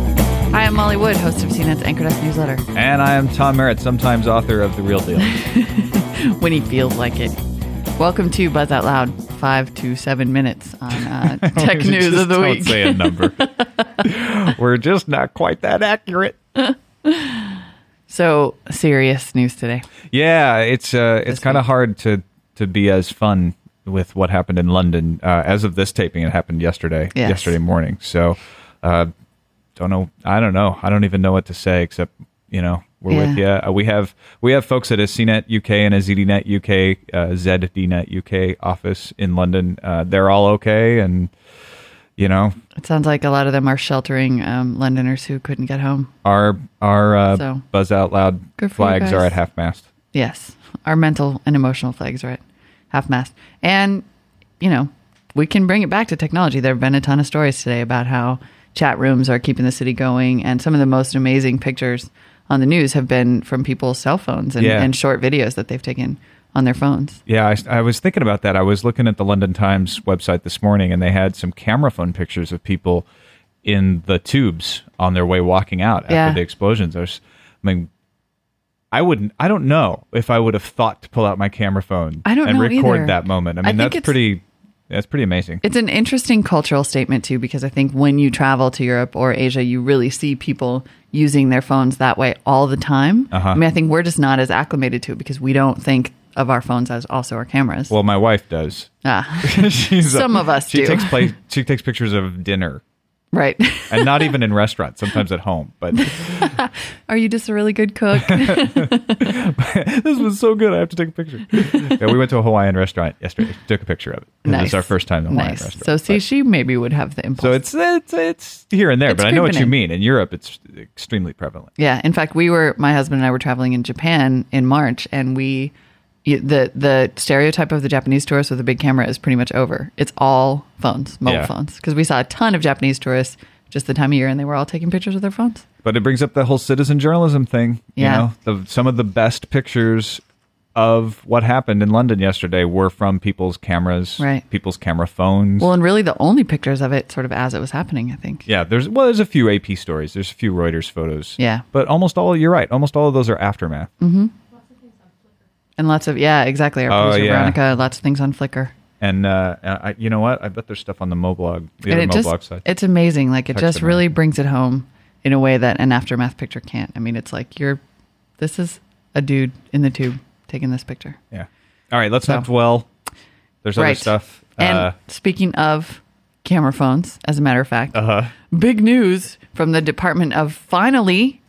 am Molly Wood, host of CNET's Anchored Us newsletter. And I am Tom Merritt, sometimes author of The Real Deal. when he feels like it. Welcome to Buzz Out Loud, five to seven minutes on uh, tech We news just of the don't week. say a number. We're just not quite that accurate. So serious news today. Yeah, it's uh, it's kind of hard to to be as fun with what happened in London uh, as of this taping. It happened yesterday, Yes. yesterday morning. So, uh, don't know. I don't know. I don't even know what to say except you know we're with you. Yeah. Uh, we have we have folks at a CNET UK and a ZDNet UK, uh, ZDNet UK office in London. Uh, they're all okay, and you know It sounds like a lot of them are sheltering um, Londoners who couldn't get home. our our uh, So- buzz out loud Good for you flags are guys. at half mast. Yes, our mental and emotional flags are at half mast. And, you know, we can bring it back to technology. There have been a ton of stories today about how chat rooms are keeping the city going. And some of the most amazing pictures on the news have been from people's cell phones and, Yeah. and short videos that they've taken on their phones. Yeah, I, I was thinking about that. I was looking at the London Times website this morning, and they had some camera phone pictures of people in the tubes on their way walking out after Yeah. the explosions. I, was, I mean, I wouldn't. I don't know if I would have thought to pull out my camera phone I don't and know record either. that moment. I I mean, think that's it's- pretty. That's pretty amazing. It's an interesting cultural statement too, because I think when you travel to Europe or Asia, you really see people using their phones that way all the time. I mean, I think we're just not as acclimated to it because we don't think of our phones as also our cameras. Well, my wife does. ah, She's a- Some of us she do. takes place. She takes pictures of dinner, right. and not even in restaurants. Sometimes at home, but. Are you just a really good cook? this was so good. I have to take a picture. yeah, we went to a Hawaiian restaurant yesterday. Took a picture of it. It was Nice. our first time in a Hawaiian nice. restaurant. So, see, But- she maybe would have the impulse. so it's it's it's here and there, It's but I know what creeping you in. mean. In Europe, it's extremely prevalent. Yeah. In fact, we were my husband and I were traveling in Japan in March, and we y- the the stereotype of the Japanese tourist with a big camera is pretty much over. It's all phones, mobile Yeah. phones, because we saw a ton of Japanese tourists just the time of year, and they were all taking pictures with their phones. But it brings up the whole citizen journalism thing. Yeah. You know, the, some of the best pictures of what happened in London yesterday were from people's cameras, Right. people's camera phones. Well, and really the only pictures of it, sort of as it was happening, I think. yeah, there's well, there's a few AP stories, there's a few Reuters photos. Yeah. But almost all you're right. Almost all of those are aftermath. And lots of yeah, exactly. Our Oh, producer yeah. Veronica, lots of things on Flickr. And uh, I, you know what? I bet there's stuff on the Moblog, the and other it Moblog just side. it's amazing like it Text just them really brings it home in a way that an aftermath picture can't i mean it's like you're this is a dude in the tube taking this picture Yeah. All right. Let's not So- dwell. There's other right stuff. and uh, speaking of camera phones as a matter of fact uh-huh. big news from the department of finally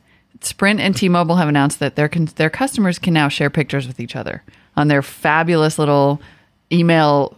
sprint and t-mobile have announced that their, con- their customers can now share pictures with each other on their fabulous little email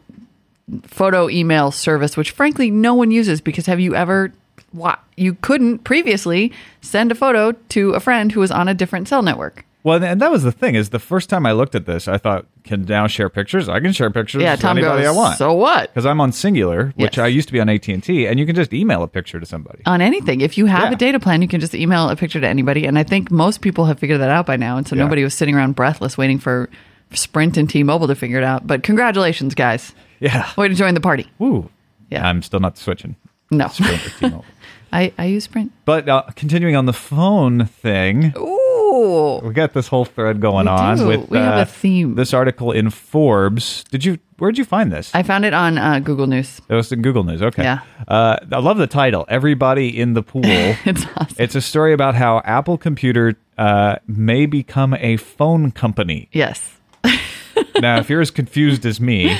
photo email service which frankly no one uses because have you ever wa- you couldn't previously send a photo to a friend who was on a different cell network Well, and that was the thing is the first time I looked at this, I thought, can now share pictures? I can share pictures yeah with tom anybody goes I want. so what because I'm on Singular, which Yes. I used to be on AT and T, and you can just email a picture to somebody. on anything. If you have Yeah. a data plan, you can just email a picture to anybody. And I think most people have figured that out by now. And so Yeah. nobody was sitting around breathless waiting for Sprint and T Mobile to figure it out. But congratulations, guys. yeah. Way to join the party. Woo. Yeah. I'm still not switching. No. Sprint or T-Mobile. I, I use Sprint. But uh, continuing on the phone thing, Ooh. we got this whole thread going We on do. with We have uh, a theme. This article in Forbes. Did you? Where'd you find this? I found it on uh, Google News. It was in Google News. Okay. Yeah. Uh, I love the title. Everybody in the pool. It's awesome. it's a story about how Apple Computer uh, may become a phone company. Yes. now, if you're as confused as me,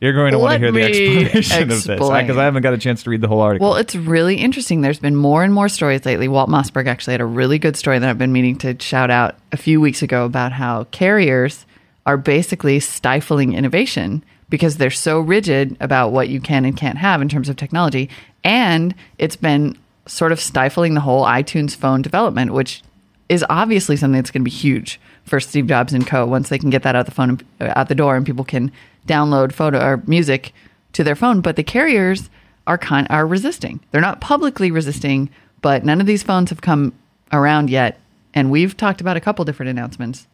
you're going to want to Let hear the me explanation of this explain. because I haven't got a chance to read the whole article. Well, it's really interesting. There's been more and more stories lately. Walt Mossberg actually had a really good story that I've been meaning to shout out a few weeks ago about how carriers are basically stifling innovation because they're so rigid about what you can and can't have in terms of technology. And it's been sort of stifling the whole iTunes phone development, which is obviously something that's going to be huge for Steve Jobs and Co. Once they can get that out the phone, out the door, and people can download photo or music to their phone. But the carriers are kind are resisting. They're not publicly resisting, but none of these phones have come around yet. And we've talked about a couple different announcements.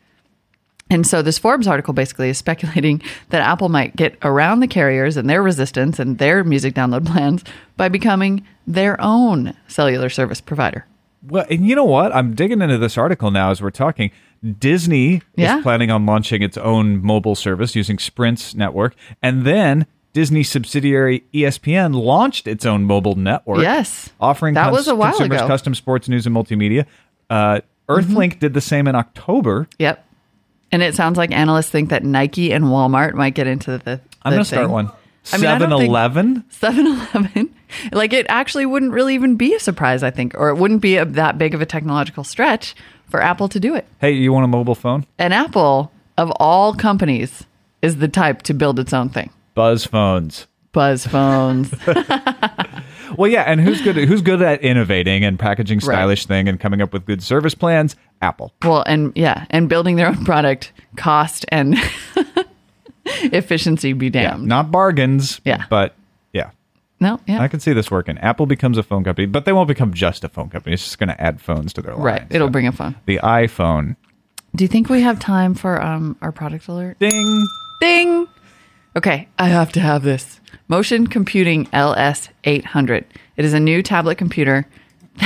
And so this Forbes article basically is speculating that Apple might get around the carriers and their resistance and their music download plans by becoming their own cellular service provider. Well, and you know what? I'm digging into this article now as we're talking. Disney Yeah. is planning on launching its own mobile service using Sprint's network, and then Disney subsidiary E ESPN launched its own mobile network. Yes. offering That cons- was a while consumers ago. Mm-hmm. custom sports news and multimedia. Uh, Earthlink did the same in October. Yep. And it sounds like analysts think that Nike and Walmart might get into the. the I'm going to start one. I mean, I don't Seven think- Eleven. 7 Eleven. Like, it actually wouldn't really even be a surprise, I think, or it wouldn't be a, that big of a technological stretch for Apple to do it. Hey, you want a mobile phone? And Apple, of all companies, is the type to build its own thing. Buzz phones. Buzz phones. Well, yeah, and who's good? Who's good at innovating and packaging Right. stylish thing and coming up with good service plans? Apple. well, and yeah, and building their own product, cost and efficiency be damned. Um, Not bargains. Yeah. but yeah, no, yeah. I can see this working. Apple becomes a phone company, but they won't become just a phone company. It's just going to add phones to their line. right. It'll bring a phone. the iPhone. Do you think we have time for um, our product alert? Ding. Ding. Okay, I have to have this. Motion Computing LS800. It is a new tablet computer.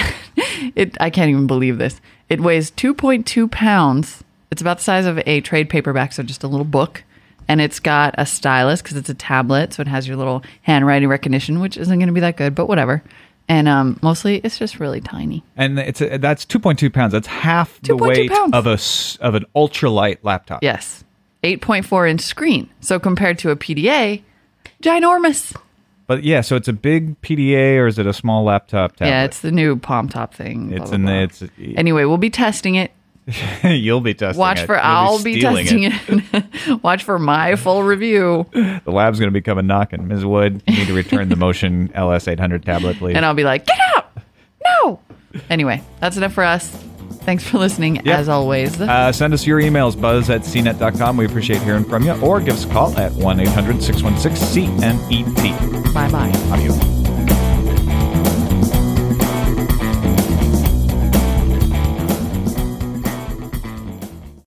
it I can't even believe this. It weighs 2.2 pounds. It's about the size of a trade paperback, so just a little book. And it's got a stylus because it's a tablet, so it has your little handwriting recognition, which isn't going to be that good, but whatever. And um, mostly, it's just really tiny. And it's a, that's 2.2 pounds. That's half the 2.2 weight pounds. of a s- of an ultralight laptop. Yes, 8.4 inch screen. So compared to a PDA, ginormous. But yeah, so it's a big PDA or is it a small laptop tablet? Yeah, it's the new palm top thing. blah, It's blah, in the- blah. it's- anyway. We'll be testing it. You'll be testing. Watch it. for You'll I'll be stealing testing it. Watch for my full review, The lab's going to be coming knocking. Ms. Wood, you need to return the Motion LS800 tablet, please. and I'll be like, get up, no. Anyway, that's enough for us. Thanks for listening, Yep. as always. Uh, send us your emails, buzz at cnet.com. We appreciate hearing from you. Or give us a call at 1 800 616 CNET. bye bye. Adios.